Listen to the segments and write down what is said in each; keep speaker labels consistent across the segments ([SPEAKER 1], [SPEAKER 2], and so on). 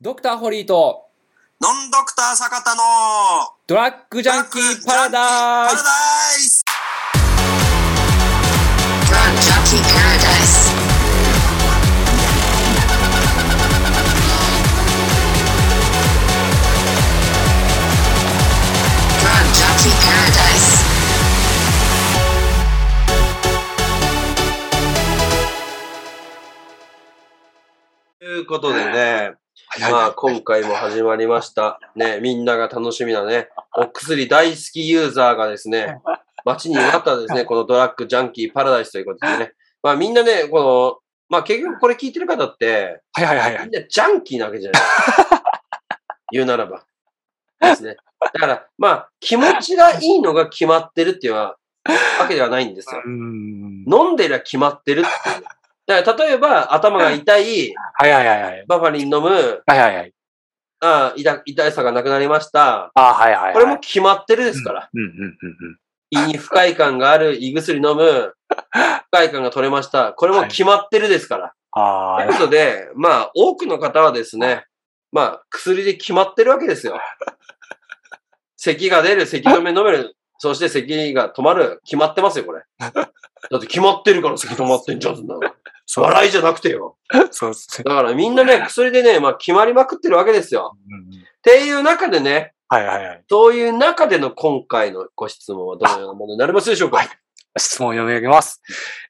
[SPEAKER 1] ドクターホリーと
[SPEAKER 2] ノンドクター坂田の
[SPEAKER 1] ドラッグジャンキーパラダイ
[SPEAKER 2] パラ
[SPEAKER 1] ス
[SPEAKER 2] ダイス
[SPEAKER 3] Drug Junkie Paradise. Drug Junkie Paradise.
[SPEAKER 4] ということでね、まあ今回も始まりました。ね、みんなが楽しみなね、お薬大好きユーザーがですね、街にあったですね、このドラッグジャンキーパラダイスということでね、まあみんなね、この、まあ結局これ聞いてる方って、
[SPEAKER 5] はいはいはいは
[SPEAKER 4] み
[SPEAKER 5] い。
[SPEAKER 4] んなジャンキーなわけじゃない。言うならば。ですね。だから、まあ気持ちがいいのが決まってるっていうのはわけではないんですよ。
[SPEAKER 5] うーん。
[SPEAKER 4] 飲んでりゃ決まってるっていうね。だから例えば頭が痛い、
[SPEAKER 5] はいはいはいはい。
[SPEAKER 4] バファリン飲む、
[SPEAKER 5] はいはいはい。
[SPEAKER 4] ああ痛痛さがなくなりました。
[SPEAKER 5] あーはいはいはい。
[SPEAKER 4] これも決まってるですから。
[SPEAKER 5] うんうんうん
[SPEAKER 4] 胃に不快感がある、胃薬飲む、不快感が取れました。これも決まってるですから。
[SPEAKER 5] うん。あ
[SPEAKER 4] という
[SPEAKER 5] あ、
[SPEAKER 4] ことで、まあ、多くの方はですね、まあ、薬で決まってるわけですよ。咳が出る、咳止め飲める、そして咳が止まる、決まってますよ、これ。だって決まってるから咳止まってんじゃん、そんなの。
[SPEAKER 5] そう
[SPEAKER 4] 笑いじゃなくてよ。
[SPEAKER 5] そうっすね。
[SPEAKER 4] だからみんなね、薬でね、まあ、決まりまくってるわけですよ。
[SPEAKER 5] うんうん
[SPEAKER 4] っていう中でね、
[SPEAKER 5] はいはいはい。
[SPEAKER 4] そういう中での今回のご質問はどのようなものになりますでしょうか、
[SPEAKER 5] はい質問を読み上げます、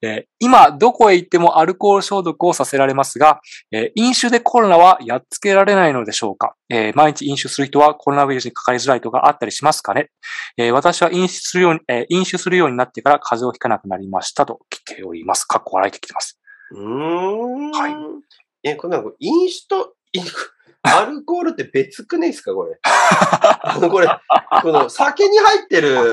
[SPEAKER 5] えー今、どこへ行ってもアルコール消毒をさせられますが、えー飲酒でコロナはやっつけられないのでしょうか、えー毎日飲酒する人はコロナウイルスにかかりづらいとかあったりしますかね、えー私は飲酒するように、えー飲酒するようになってから風邪をひかなくなりましたと来ております。かっこ笑いてきてます。
[SPEAKER 4] うーん。
[SPEAKER 5] はい
[SPEAKER 4] え、これなんか飲酒と、いアルコールって別くねいですかこ れ。あの、これ、この酒に入ってる、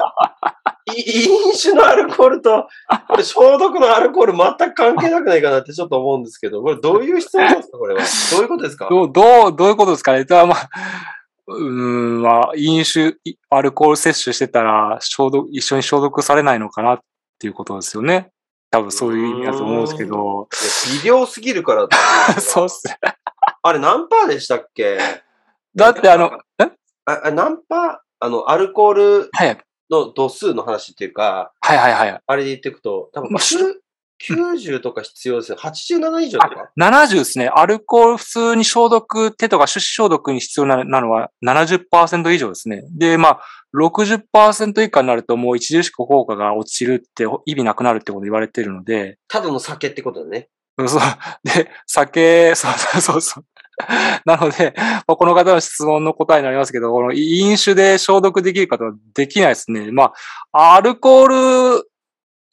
[SPEAKER 4] い飲酒のアルコールと、これ消毒のアルコール全く関係なくないかなってちょっと思うんですけど、これどういう質問ですかこれは。どういうことですか
[SPEAKER 5] どう、どう、どういうことですかねだからまあ、うーん、まあ、飲酒、いアルコール摂取してたら、消毒、一緒に消毒されないのかなっていうことですよね。多分そういう意味だと思うんですけど。
[SPEAKER 4] え微量すぎるからっていう の
[SPEAKER 5] そうっ
[SPEAKER 4] は
[SPEAKER 5] すね。
[SPEAKER 4] あれ何パーでしたっけ
[SPEAKER 5] だってあの、え
[SPEAKER 4] ああ何パーあの、アルコール
[SPEAKER 5] はい、はい
[SPEAKER 4] の度数の話っていうか、
[SPEAKER 5] はいはいはい。
[SPEAKER 4] あれで言っていくと、多分
[SPEAKER 5] まあし
[SPEAKER 4] 9 90とか必要ですよ。87以上とか。
[SPEAKER 5] 70ですね。アルコール普通に消毒、手とか手指消毒に必要ななのは70%以上ですね。で、まあ、60%以下になるともう著しく効果が落ちるって、意味なくなるってこと言われてるので、
[SPEAKER 4] ただの酒ってことだね。
[SPEAKER 5] うん そう。で、酒、 そうそうそうそう。なので、まあこの方の質問の答えになりますけど、この飲酒で消毒できる方はできないですね。まあ、アルコール、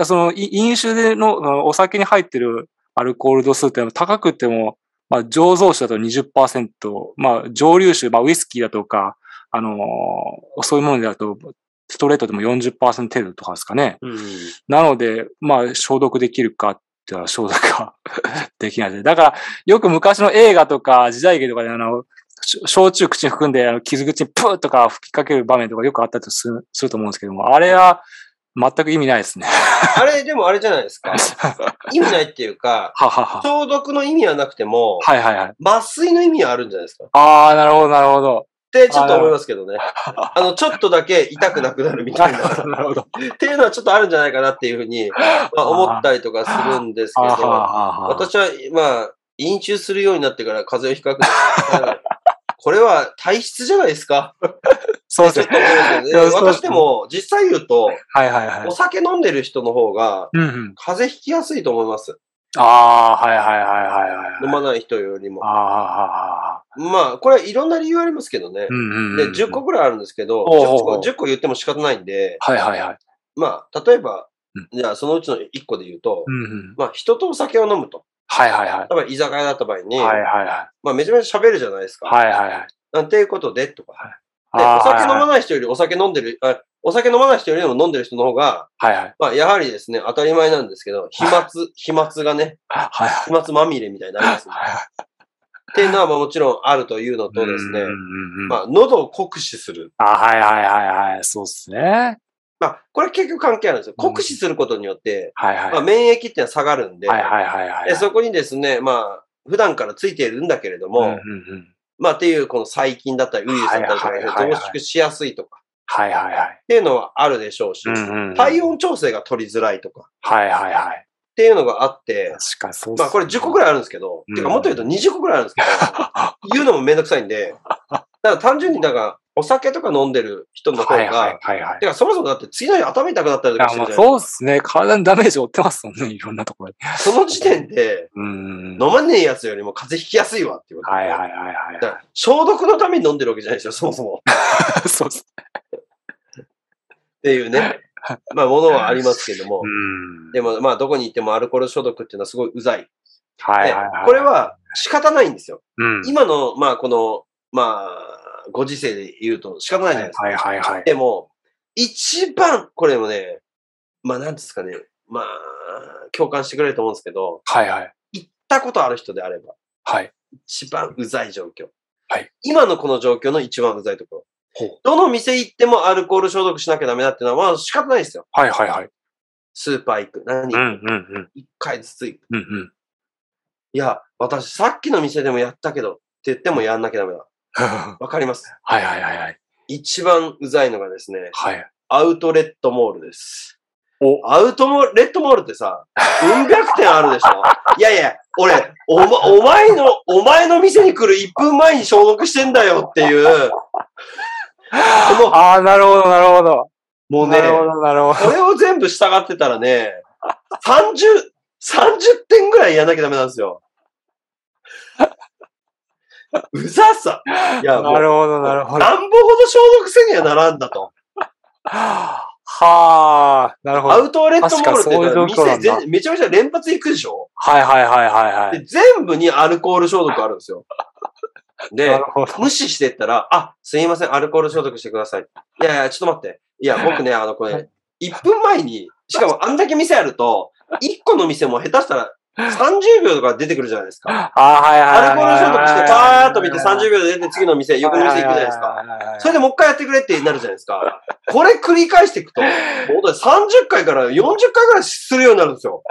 [SPEAKER 5] そのい飲酒でのそのお酒に入ってるアルコール度数っていうのは高くても、まあ、醸造酒だと20%、まあ、蒸留酒、まあ、ウイスキーだとか、あのーそういうものだと、ストレートでも40%程度とかですかね。
[SPEAKER 4] うん。
[SPEAKER 5] なので、まあ、消毒できるかって言ったら消毒は できないです。だから、よく昔の映画とか時代劇とかで、あの、し焼酎口に含んで、あの傷口にプーとか吹きかける場面とかよくあったとするすると思うんですけども、あれは全く意味ない ですね。
[SPEAKER 4] あれ、でもあれじゃないです か。意味ないっていうか、
[SPEAKER 5] ははは。
[SPEAKER 4] 消毒の意味はなくても、
[SPEAKER 5] はいはいはい。
[SPEAKER 4] 麻酔の意味はあるんじゃないですか。っ
[SPEAKER 5] ああ、なるほど、なるほど。
[SPEAKER 4] てちょっと思いますけどね。あの、ちょっとだけ痛くなくなるみた
[SPEAKER 5] ないるほど、
[SPEAKER 4] な。
[SPEAKER 5] なるほど。
[SPEAKER 4] っていうのはちょっとあるんじゃないかなっていうふうに、まあ、思ったりとかするんですけ
[SPEAKER 5] あーはー
[SPEAKER 4] ど、
[SPEAKER 5] はーはー
[SPEAKER 4] 私は、まあ、飲酒するようになってから風邪をひ かなくこれは体質じゃないですか。
[SPEAKER 5] そうで
[SPEAKER 4] ち
[SPEAKER 5] す
[SPEAKER 4] ょっ
[SPEAKER 5] ね
[SPEAKER 4] と。思うんで
[SPEAKER 5] い
[SPEAKER 4] すよね
[SPEAKER 5] やそうです
[SPEAKER 4] 私でも、実際言うと、
[SPEAKER 5] はいはいはい
[SPEAKER 4] お。酒飲んでる人の方が、
[SPEAKER 5] うんうん。
[SPEAKER 4] 風邪ひきやすいと思います。
[SPEAKER 5] ああー、はいはいはいはい
[SPEAKER 4] 飲
[SPEAKER 5] はい。
[SPEAKER 4] まない人よりも。
[SPEAKER 5] ああ
[SPEAKER 4] まあ、これいろんな理由ありますけどね
[SPEAKER 5] ー、はーはー。。うんうんうん。
[SPEAKER 4] で、10個。ぐらいあるんですけど、
[SPEAKER 5] おうおうおう
[SPEAKER 4] 10個10個言っても仕方ないんで、
[SPEAKER 5] はいはいはい。
[SPEAKER 4] まあ、例えば
[SPEAKER 5] うん、
[SPEAKER 4] じゃあそのうちの1個で言うと
[SPEAKER 5] う、んうん。
[SPEAKER 4] まあ、人とお酒を飲むと。
[SPEAKER 5] はいはいはい。
[SPEAKER 4] 例えば、居酒屋だった場合に、
[SPEAKER 5] はいはいはい。
[SPEAKER 4] まあ、めちゃめちゃ喋るじゃないですか。
[SPEAKER 5] はいはいはい。
[SPEAKER 4] なんていうことで、とか。で、
[SPEAKER 5] あー
[SPEAKER 4] お酒飲ま
[SPEAKER 5] は
[SPEAKER 4] ない人よりお酒飲んでる、あお酒飲まない人よりも飲んでる人の方が、
[SPEAKER 5] いはい。
[SPEAKER 4] まあ、やはりですね、当たり前なんですけど、飛沫、 飛沫がね、
[SPEAKER 5] はいはい。
[SPEAKER 4] 飛沫まみれみたいになり ますね、っていうのはまあもちろんあるというのとですね
[SPEAKER 5] ん、うんうん
[SPEAKER 4] まあ、喉を酷使する。
[SPEAKER 5] あ、はいはいはいはい。そうっすね。はい
[SPEAKER 4] まあ、これ結局関係あるんですよ。酷使することによって、
[SPEAKER 5] はい。
[SPEAKER 4] まあ、免疫っていうのは下がるんで、
[SPEAKER 5] はいはいはいはい。
[SPEAKER 4] でそこにですね、まあ、普段からついているんだけれど
[SPEAKER 5] うん
[SPEAKER 4] も、
[SPEAKER 5] うんうん
[SPEAKER 4] まあっていう、この細菌だったり、ウイルスだったりとか
[SPEAKER 5] はいは
[SPEAKER 4] で
[SPEAKER 5] いはいはい
[SPEAKER 4] 増殖しやすいとか
[SPEAKER 5] はいはいはい
[SPEAKER 4] っ。ていうのはあるでしょうし、
[SPEAKER 5] うんうん
[SPEAKER 4] 体温調整が取りづらいとかっ
[SPEAKER 5] はいはいはい。
[SPEAKER 4] ていうのがあって、
[SPEAKER 5] 確かにそうっす
[SPEAKER 4] まあこれ10個ぐらいあるんですけど、
[SPEAKER 5] うん
[SPEAKER 4] てかもっと言うと20個ぐらいあるんですけ ど、言うのもめんどくさいんで、だから単純になんかお酒とか飲んでる人の方
[SPEAKER 5] はいはい
[SPEAKER 4] が、
[SPEAKER 5] はいはい。
[SPEAKER 4] てかそもそもだって次の日頭痛くなったりとかし
[SPEAKER 5] あ
[SPEAKER 4] てる
[SPEAKER 5] まあ
[SPEAKER 4] じゃない
[SPEAKER 5] そうっすね。体にダメージ負ってますもんね。いろんなところで。
[SPEAKER 4] その時点で
[SPEAKER 5] うん。
[SPEAKER 4] 飲まねえやつよりも風邪ひきやすいわっていうこと。
[SPEAKER 5] はいはいはいはい
[SPEAKER 4] だから消毒のために飲んでるわけじゃないですよ、そ もそも。っ
[SPEAKER 5] はい。そうっす。
[SPEAKER 4] ていうね、まあものはありますけども
[SPEAKER 5] う、ん。
[SPEAKER 4] でもまあどこに行ってもアルコール消毒っていうのはすごいうざい。
[SPEAKER 5] はい
[SPEAKER 4] で
[SPEAKER 5] はいはい。
[SPEAKER 4] これ、は仕方ないんですよ。
[SPEAKER 5] うん。
[SPEAKER 4] 今の、まあこの、まあ、ご時世で言うと仕方ないじゃないですか。
[SPEAKER 5] はいはいはい。
[SPEAKER 4] でも、一番、これもね、まあなんですかね、まあ、共感してくれると思うんですけど、
[SPEAKER 5] はいはい。
[SPEAKER 4] 行ったことある人であれば、
[SPEAKER 5] はい。
[SPEAKER 4] 一番うざい状況。
[SPEAKER 5] はい
[SPEAKER 4] 今のこの状況の一番うざいとこ
[SPEAKER 5] ほう
[SPEAKER 4] ろ。どの店行ってもアルコール消毒しなきゃダメだっていうのは、まあ仕方ないですよ。
[SPEAKER 5] はいはいはい。
[SPEAKER 4] スーパー行く。何
[SPEAKER 5] うんうんうん。
[SPEAKER 4] 一回ずつ行く。
[SPEAKER 5] うんうん。
[SPEAKER 4] いや、私さっきの店でもやったけどって言ってもやんなきゃダメだ。
[SPEAKER 5] は
[SPEAKER 4] わかります。
[SPEAKER 5] いはいはいはい。
[SPEAKER 4] 一番うざいのがですね、
[SPEAKER 5] はい。
[SPEAKER 4] アウトレットモールです。
[SPEAKER 5] お
[SPEAKER 4] アウトモレットモールってさ、うん百点あるでしょ いやいや、俺、おま、お前の、お前の店に来る1分前に消毒してんだよっていう、こ
[SPEAKER 5] ああ、なるほどなるほど。
[SPEAKER 4] の、もうね
[SPEAKER 5] な、るほどなるほど。
[SPEAKER 4] これを全部従ってたらね、30、30点ぐらいやんなきゃダメなんですよ。 うざさ。いや、もう
[SPEAKER 5] な、るほどなるほど。
[SPEAKER 4] なんぼほど消毒せにはならんだと。
[SPEAKER 5] はあ、なるほど。
[SPEAKER 4] ア
[SPEAKER 5] はい
[SPEAKER 4] ウトレットモールって言ったら
[SPEAKER 5] 確かにそういう状況なん
[SPEAKER 4] 店
[SPEAKER 5] だ
[SPEAKER 4] 全めちゃめちゃ連発行くでしょ
[SPEAKER 5] はいはいはいは
[SPEAKER 4] で
[SPEAKER 5] い。
[SPEAKER 4] 全部にアルコール消毒あるんですよ。
[SPEAKER 5] な
[SPEAKER 4] で
[SPEAKER 5] る、ほど。
[SPEAKER 4] 無視してったら、あ、すいません、アルコール消毒してください。いやいや、ちょっと待って。いや、僕ね、あの、これ、1分前に、しかもあんだけ店あると、1個の店も下手したら30秒とか出てくるじゃないですか。
[SPEAKER 5] ああ、はいはいはい。
[SPEAKER 4] アルコール消毒して、パーッと見て30秒で出て次の店、横の店行くじゃないですか。
[SPEAKER 5] か
[SPEAKER 4] それでもう一回やってくれってなるじゃないで すか。これ繰り返していくと、もう本当に30回から40回ぐらいするようになるんですよ。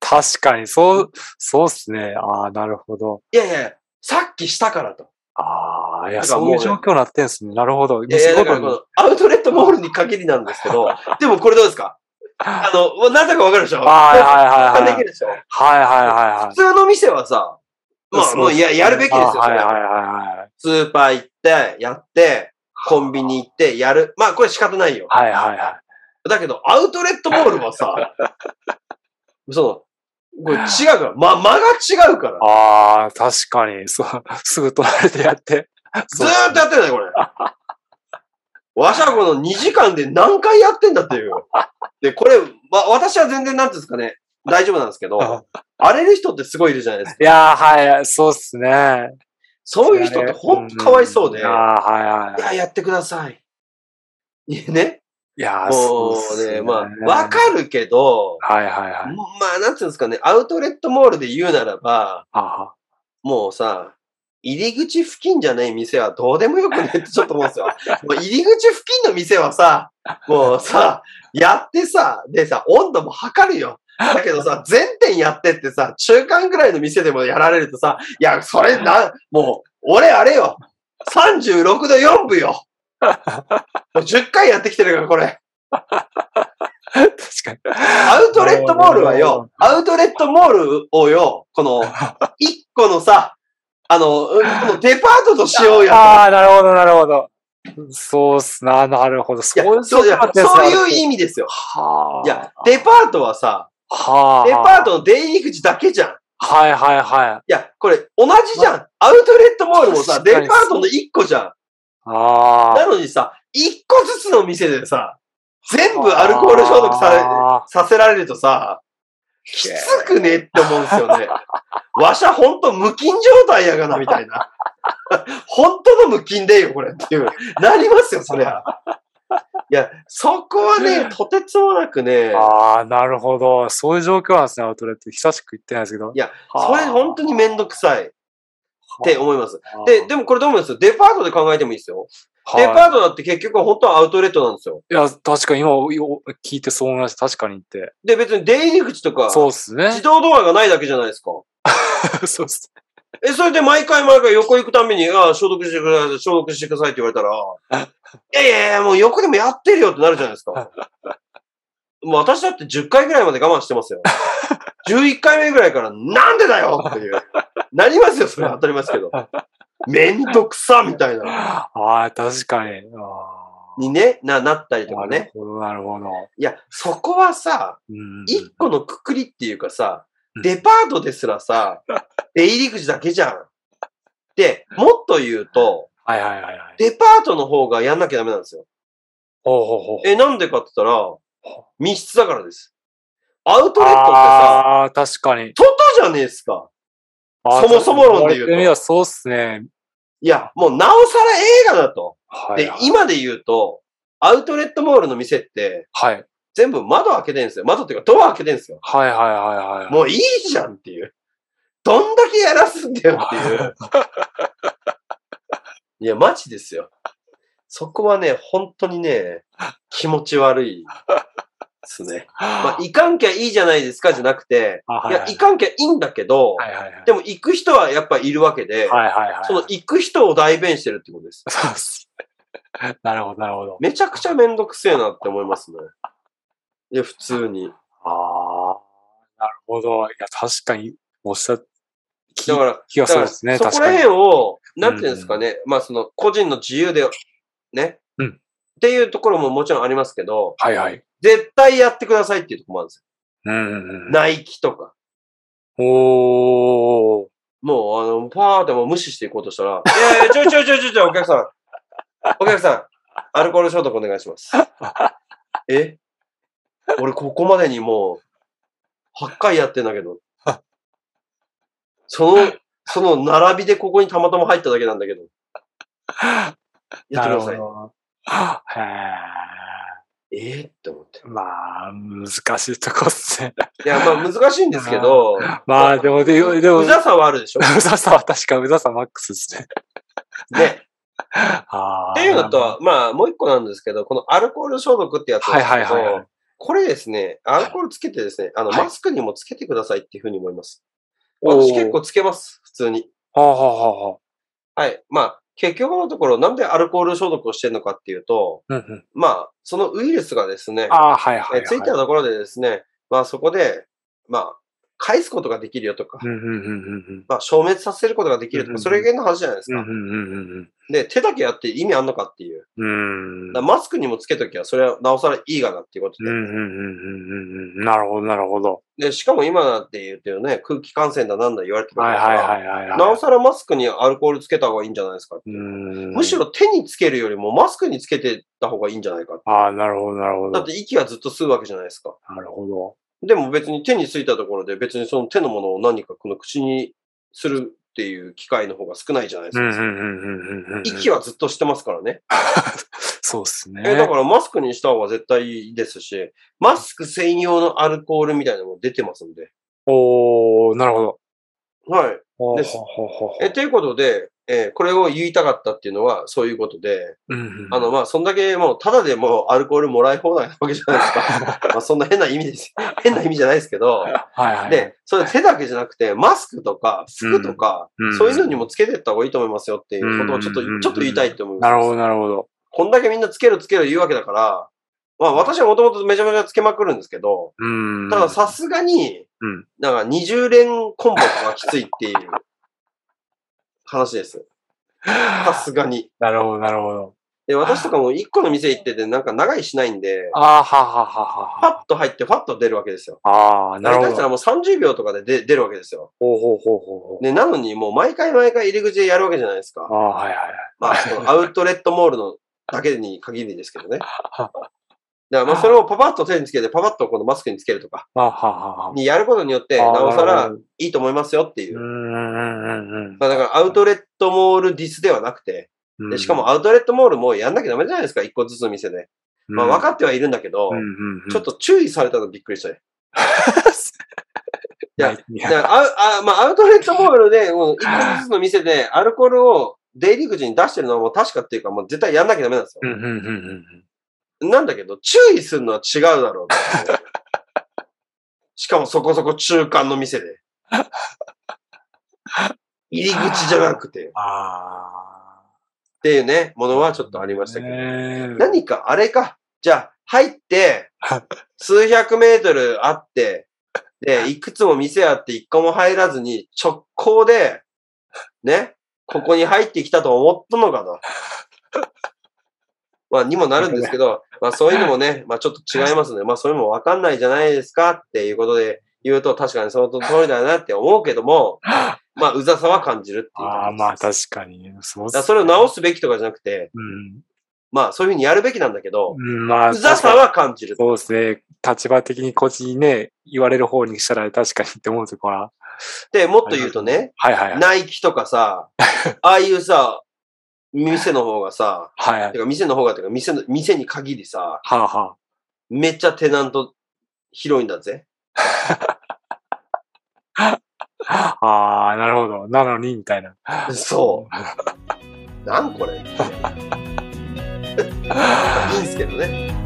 [SPEAKER 5] 確かに、そう、そうっすね。ああ、なるほど。
[SPEAKER 4] いやいやいや、さっきしたからと。
[SPEAKER 5] ああ、いや、
[SPEAKER 4] だから
[SPEAKER 5] そうい
[SPEAKER 4] もうね
[SPEAKER 5] う状況になってんすね。なるほど。
[SPEAKER 4] いやいや、だからこ
[SPEAKER 5] ごく
[SPEAKER 4] のアウトレットモールに限りなんですけど、 でもこれどうですかあの、もうなぜかわかるでしょ
[SPEAKER 5] はいはいはい
[SPEAKER 4] で
[SPEAKER 5] は
[SPEAKER 4] き
[SPEAKER 5] い。
[SPEAKER 4] るでしょ
[SPEAKER 5] はいはいはいは
[SPEAKER 4] 普通の店はさ、まあ
[SPEAKER 5] そう
[SPEAKER 4] もうややるべきです
[SPEAKER 5] い。
[SPEAKER 4] よ、
[SPEAKER 5] あ
[SPEAKER 4] そ
[SPEAKER 5] はい
[SPEAKER 4] れ
[SPEAKER 5] はい
[SPEAKER 4] は
[SPEAKER 5] はいはい。
[SPEAKER 4] スーパー行って、やって、コンビニ行って、やる。まあこれ仕方ないよ。
[SPEAKER 5] はいはいはい。
[SPEAKER 4] だけど、アウトレットモール はさ、その、これ違うから、ま、間が違うから。
[SPEAKER 5] ああ、確かに、そう、すぐ取られてやって。
[SPEAKER 4] ずーっとやってんだ よ、これ。わしゃこの2時間で何回やってんだっていう。で、これ、わ、私は全然なんていうんですかね、大丈夫なんですけど、荒れる人ってすごいいるじゃないですか。
[SPEAKER 5] いやー、はい、そうっすね。
[SPEAKER 4] そういう人ってほんとかわいそうで、い
[SPEAKER 5] ああ、はいはいはい。
[SPEAKER 4] や、やってください。いやね。
[SPEAKER 5] いやー、
[SPEAKER 4] も
[SPEAKER 5] そうっ
[SPEAKER 4] う
[SPEAKER 5] す
[SPEAKER 4] ね、
[SPEAKER 5] ね。
[SPEAKER 4] まあ、わかるけど、
[SPEAKER 5] はいはいはい。
[SPEAKER 4] まあ、なんていうんですかね、アウトレットモールで言うならば、
[SPEAKER 5] あは
[SPEAKER 4] もうさ、入り口付近じゃない店はどうでもよくねってちょっと思うんですよ。もう入り口付近の店はさ、もうさ、やってさ、でさ、温度も測るよ。だけどさ、全店やってってさ、中間ぐらいの店でもやられるとさ、いや、それな、もう、俺あれよ。36度4分よ。もう10回やってきてるから、これ。
[SPEAKER 5] 確かに。
[SPEAKER 4] アウトレットモールはよ、アウトレットモールをよ、こ の、一個のさ、あの、うんこのデパートとしようや。
[SPEAKER 5] ああ、なるほど、なるほど。そうっすな、なるほど。
[SPEAKER 4] い
[SPEAKER 5] そ
[SPEAKER 4] や
[SPEAKER 5] ういう
[SPEAKER 4] そういやそういう
[SPEAKER 5] 味。
[SPEAKER 4] 意味ですよ。
[SPEAKER 5] はあ。
[SPEAKER 4] いや、デパートはさ、
[SPEAKER 5] はあ。
[SPEAKER 4] デパートの出入り口だけじゃん。い
[SPEAKER 5] はいはいはい。
[SPEAKER 4] や、これ同じじゃん。アウトレットモールもさ、
[SPEAKER 5] 確
[SPEAKER 4] デ
[SPEAKER 5] か
[SPEAKER 4] パ
[SPEAKER 5] に
[SPEAKER 4] ートの一個じゃん。
[SPEAKER 5] ああ。
[SPEAKER 4] なのにさ、一個ずつの店でさ、全部アルコール消毒され、
[SPEAKER 5] あ
[SPEAKER 4] させられるとさ、きつくねって思うんですよね。わしゃほんと無菌状態やがな、みたいな。本当の無菌でよ、これっていう。なりますよ、そりゃ。いや、そこはね、とてつもなくね
[SPEAKER 5] ー、あー、なるほど。そういう状況なんですね、アウトレット。久しく行ってないですけど。
[SPEAKER 4] いや、それ本当にめんどくさいって思います。
[SPEAKER 5] 当
[SPEAKER 4] で、でもこれどう思いますデパートで考えてもいいですよ。デ
[SPEAKER 5] デ
[SPEAKER 4] パ
[SPEAKER 5] パー
[SPEAKER 4] ートだって結局は本当はアウトレットなんですよ。
[SPEAKER 5] トいや、確かに今よ聞いてそう思いました。確かに言って。
[SPEAKER 4] で、別に出入り口とか、
[SPEAKER 5] そうっすね
[SPEAKER 4] 自。動ドアがないだけじゃないですか。
[SPEAKER 5] そうっす
[SPEAKER 4] え、それで毎回毎回横行くために、ああ、消毒してください、消毒してくださいって言われた ら、いやいやいや、もう横でもやってるよってなるじゃないですか。もう私だって10回ぐらいまで我慢してま すよ。11回目ぐらいから、なんでだよっていう。なりますよ、それは当たりま すけど。めんどくさみたいな。
[SPEAKER 5] ああ、確かに。あ
[SPEAKER 4] にね、な、なったりと
[SPEAKER 5] あ
[SPEAKER 4] か
[SPEAKER 5] な
[SPEAKER 4] ね
[SPEAKER 5] る。ほど、なるほど。
[SPEAKER 4] いや、そこはさ、
[SPEAKER 5] うん
[SPEAKER 4] 一個のくくりっていうかさ
[SPEAKER 5] う、ん
[SPEAKER 4] デパートですら さ、出入り口だけじゃん。で、もっと言うと、
[SPEAKER 5] はいはいはいはい。
[SPEAKER 4] デパートの方がやんなきゃダメなんですよ。
[SPEAKER 5] ほうほうほう。
[SPEAKER 4] え、なんでかって言ったら、密室だからです。アウトレットってさ、
[SPEAKER 5] ああ、確かに。
[SPEAKER 4] 外じゃねえですか。
[SPEAKER 5] あー
[SPEAKER 4] そもそも論で言
[SPEAKER 5] 言
[SPEAKER 4] うと
[SPEAKER 5] われてみればそうっすね。
[SPEAKER 4] いや、もうなおさら映画だと。
[SPEAKER 5] はい、
[SPEAKER 4] で
[SPEAKER 5] は、い。
[SPEAKER 4] 今で言うと、アウトレットモールの店って、
[SPEAKER 5] はい。
[SPEAKER 4] 全部窓開けてるんですよ。窓っていうかドア開けてるんですよ。
[SPEAKER 5] はいはいはいはい。
[SPEAKER 4] もういいじゃんっていう。どんだけやらすんだよって いう。いや、マジですよ。そこはね、本当にね、気持ち悪いです ね。まあ、行かんきゃいいじゃないですかじゃなくて、
[SPEAKER 5] あ
[SPEAKER 4] い
[SPEAKER 5] はい
[SPEAKER 4] や、
[SPEAKER 5] はい
[SPEAKER 4] 行かんきゃいいんだけど、
[SPEAKER 5] はいはいはい。
[SPEAKER 4] でも行く人はやっぱいるわけで、
[SPEAKER 5] はいはいはい。
[SPEAKER 4] その行く人を代弁してるってことです。
[SPEAKER 5] そうっす。 なるほど、なるほど。
[SPEAKER 4] めちゃくちゃめんどくせえなって思いますね。いや、普通に。
[SPEAKER 5] ああ、なるほど。いや、確かに、おっしゃっ気
[SPEAKER 4] だから、
[SPEAKER 5] 気がす
[SPEAKER 4] だか
[SPEAKER 5] る
[SPEAKER 4] ら
[SPEAKER 5] ですね。
[SPEAKER 4] そ
[SPEAKER 5] 確
[SPEAKER 4] こ
[SPEAKER 5] からに。
[SPEAKER 4] 辺を、なんていうんですかね、まあその個人の自由で、ね、
[SPEAKER 5] うん
[SPEAKER 4] っていうところももちろんありますけど、
[SPEAKER 5] はいはい。
[SPEAKER 4] 絶対やってくださいっていうところもあるんです
[SPEAKER 5] うんうんう
[SPEAKER 4] よ。
[SPEAKER 5] ん。
[SPEAKER 4] ナイキとか。
[SPEAKER 5] おー。
[SPEAKER 4] もう、あの、パーってもう無視していこうとしたら、 いやいや、ちょいちょいちょいちょいちょい、お客さん。お客さん、アルコール消毒お願い します。え俺、ここまでにもう、8回やってんだけど。その、その並びでここにたまたま入っただけなんだけど。やってください。
[SPEAKER 5] ど。へ
[SPEAKER 4] えーって思って。
[SPEAKER 5] え。まあ、難しいとこっすね。
[SPEAKER 4] いや、まあ難しいんですけど、
[SPEAKER 5] まあ、でも、でも、でも、
[SPEAKER 4] うざさはあるで しょ
[SPEAKER 5] うざさは確か、うざさマックスですね。
[SPEAKER 4] ね。
[SPEAKER 5] ああ。
[SPEAKER 4] っていうのと、まあもう一個なんですけど、このアルコール消毒ってやつなんですけ
[SPEAKER 5] は
[SPEAKER 4] ど、
[SPEAKER 5] いはいはいはい
[SPEAKER 4] これですね、アルコールつけてですね、あの、
[SPEAKER 5] はい
[SPEAKER 4] マスクにもつけてくださいっていうふうに思います。
[SPEAKER 5] おー
[SPEAKER 4] 私結構つけます、普通に。
[SPEAKER 5] はあ、はあはあはあ、
[SPEAKER 4] はい。まあ、結局のところ、なんでアルコール消毒をしてるのかっていうと、
[SPEAKER 5] うんうん。
[SPEAKER 4] まあ、そのウイルスがですね、
[SPEAKER 5] ああ、はいはい、は
[SPEAKER 4] え
[SPEAKER 5] い。
[SPEAKER 4] ついたところでですね、まあそこで、まあ、返すことができるよとか、
[SPEAKER 5] うんうんうんうん
[SPEAKER 4] まあ消滅させることができると
[SPEAKER 5] うんうんう
[SPEAKER 4] か、
[SPEAKER 5] ん
[SPEAKER 4] それ以外の話じゃないです
[SPEAKER 5] うん。う
[SPEAKER 4] か
[SPEAKER 5] ん。うんうんうん
[SPEAKER 4] で、手だけやって意味あんのかっていう。
[SPEAKER 5] うん。うーん。
[SPEAKER 4] だからマスクにもつけときは、それはなおさらいいがなっていうこと
[SPEAKER 5] うんうんう
[SPEAKER 4] で。
[SPEAKER 5] んうんうんうん。なるほど、なるほど。
[SPEAKER 4] で、しかも今だって言ってるね、空気感染だなんだ言われてるか
[SPEAKER 5] はい
[SPEAKER 4] ら、
[SPEAKER 5] はいはいはい、はい。
[SPEAKER 4] なおさらマスクにアルコールつけた方がいいんじゃないですかって
[SPEAKER 5] うー
[SPEAKER 4] いう。
[SPEAKER 5] ん。
[SPEAKER 4] むし。ろ手につけるよりもマスクにつけてた方がいいんじゃないかって。
[SPEAKER 5] ああ、なるほど、なるほ
[SPEAKER 4] だっ
[SPEAKER 5] ど。
[SPEAKER 4] て息はずっと吸うわけじゃないですか。
[SPEAKER 5] なるほど。
[SPEAKER 4] でも別に手についたところで別にその手のものを何かこの口にするっていう機会の方が少ないじゃないで
[SPEAKER 5] う
[SPEAKER 4] す
[SPEAKER 5] ん
[SPEAKER 4] か。
[SPEAKER 5] うんうんうんうんうん。
[SPEAKER 4] 息はずっとしてますからね。
[SPEAKER 5] そうっすね。
[SPEAKER 4] え、だからマスクにした方が絶対いいですし、マスク専用のアルコールみたいなのも出てますんで。
[SPEAKER 5] おー、なるほど。
[SPEAKER 4] はい。
[SPEAKER 5] ほう
[SPEAKER 4] です
[SPEAKER 5] ほうほうほうほう
[SPEAKER 4] え、ということで、えーこれを言いたかったっていうのはそういうことで、
[SPEAKER 5] うんうん
[SPEAKER 4] あの、まあ、そんだけもう、ただでもうアルコールもらい放題なわけじゃないです か。まあ、そんな変な意味です。変な意味じゃないですけど、
[SPEAKER 5] はいはい。
[SPEAKER 4] で、それ手だけじゃなくて、マスクとか、服とか、
[SPEAKER 5] うんうん
[SPEAKER 4] そういうのにもつけてった方がいいと思いますよっていうことをちょっと、
[SPEAKER 5] うんうんうん
[SPEAKER 4] ちょっと言いたいと思います。
[SPEAKER 5] なるほど、なるほど。
[SPEAKER 4] こんだけみんなつけるつける言うわけだから、まあ私はもともとめちゃめちゃつけまくるんですけど、
[SPEAKER 5] うーん。
[SPEAKER 4] たださすがに
[SPEAKER 5] うん、
[SPEAKER 4] なんか20連コンボとかきついっていう話 です。さすがに。
[SPEAKER 5] なるほど、なるほど。
[SPEAKER 4] で、私とかも1個の店行っててなんか長いしないんで、
[SPEAKER 5] ああ、ははは
[SPEAKER 4] パ
[SPEAKER 5] はは。
[SPEAKER 4] ッと入ってパッと出るわけですよ。
[SPEAKER 5] ああ、な
[SPEAKER 4] な
[SPEAKER 5] る
[SPEAKER 4] る
[SPEAKER 5] ほ
[SPEAKER 4] したら
[SPEAKER 5] ど。
[SPEAKER 4] もう30秒とかで出出るわけですよ。
[SPEAKER 5] ほうほうほうほうほう。
[SPEAKER 4] で、なのにもう毎回毎回入り口でやるわけじゃないですか
[SPEAKER 5] あ。あ、はいはいはい。
[SPEAKER 4] まあ、その アウトレットモールのだけに限りですけどね。だ からまあそれをパパッと手につけて、パパッとこのマスクにつけるとか、
[SPEAKER 5] ああ、ははは。
[SPEAKER 4] にやることによって、
[SPEAKER 5] あ
[SPEAKER 4] な
[SPEAKER 5] ー
[SPEAKER 4] おさ
[SPEAKER 5] な
[SPEAKER 4] ら
[SPEAKER 5] る
[SPEAKER 4] いいと思いますよっていうう。
[SPEAKER 5] んうんうん
[SPEAKER 4] まあ、だからアウトレットモールディスではなくて、
[SPEAKER 5] うんう
[SPEAKER 4] で
[SPEAKER 5] ん。
[SPEAKER 4] しかもアウトレットモールもやんなきゃダメじゃないですか、一個ずつの店で。
[SPEAKER 5] うん、
[SPEAKER 4] まあ分かってはいるんだけど
[SPEAKER 5] う、んうんうん、
[SPEAKER 4] ちょっと注意されたのびっくりしたね。
[SPEAKER 5] いや、
[SPEAKER 4] や
[SPEAKER 5] い
[SPEAKER 4] だからアウあまあ、アウトレットモールで、もう一個ずつの店でアルコールを出入り口に出してるのはもう確かっていうか、もう絶対やんなきゃダメなんです
[SPEAKER 5] うん
[SPEAKER 4] よ。
[SPEAKER 5] うんうんうんうん。
[SPEAKER 4] なんだけど、注意するのは違うだろうっていう。しかもそこそこ中間の店で。入り口じゃなくて、っ
[SPEAKER 5] あ
[SPEAKER 4] ていうね、ものはちょっとありましたけど。
[SPEAKER 5] ー。ね
[SPEAKER 4] 何か、あれか。じゃあ、入って、数百メートルあって、で、いくつも店あって一個も入らずに、直行で、ね、ここに入ってきたと思ったの かと。まあ、にもなるんですけど、まあ、そういうのもね、まあ、ちょっと違いますので、まあ、それもわかんないじゃないですかっていうことで言うと、確かにその通りだなって思うけ ども、まあ、うざさは感じるっていう
[SPEAKER 5] ああ、まあ確かに。そうっ
[SPEAKER 4] だ
[SPEAKER 5] す
[SPEAKER 4] か
[SPEAKER 5] ね
[SPEAKER 4] らそれを直すべきとかじゃなくて、
[SPEAKER 5] うん。
[SPEAKER 4] まあ、そういうふうにやるべきなんだけど、
[SPEAKER 5] うんまあ、
[SPEAKER 4] うざさは感じる。
[SPEAKER 5] そうですね。立場的にこっちにね、言われる方にしたら確かにって思うところは。
[SPEAKER 4] で、もっと言うとね、
[SPEAKER 5] はいはいはい。
[SPEAKER 4] ナイキと かさ、ああいうさ、店の方がさ、
[SPEAKER 5] はいはい。
[SPEAKER 4] てか店の方がてか店の、店に限り
[SPEAKER 5] は
[SPEAKER 4] さ、
[SPEAKER 5] あ、は
[SPEAKER 4] めっちゃテナント広いん だぜ。
[SPEAKER 5] あ。ああ、なるほど。なのに、みたいな。
[SPEAKER 4] そう。なんこれ。いいんすけどね。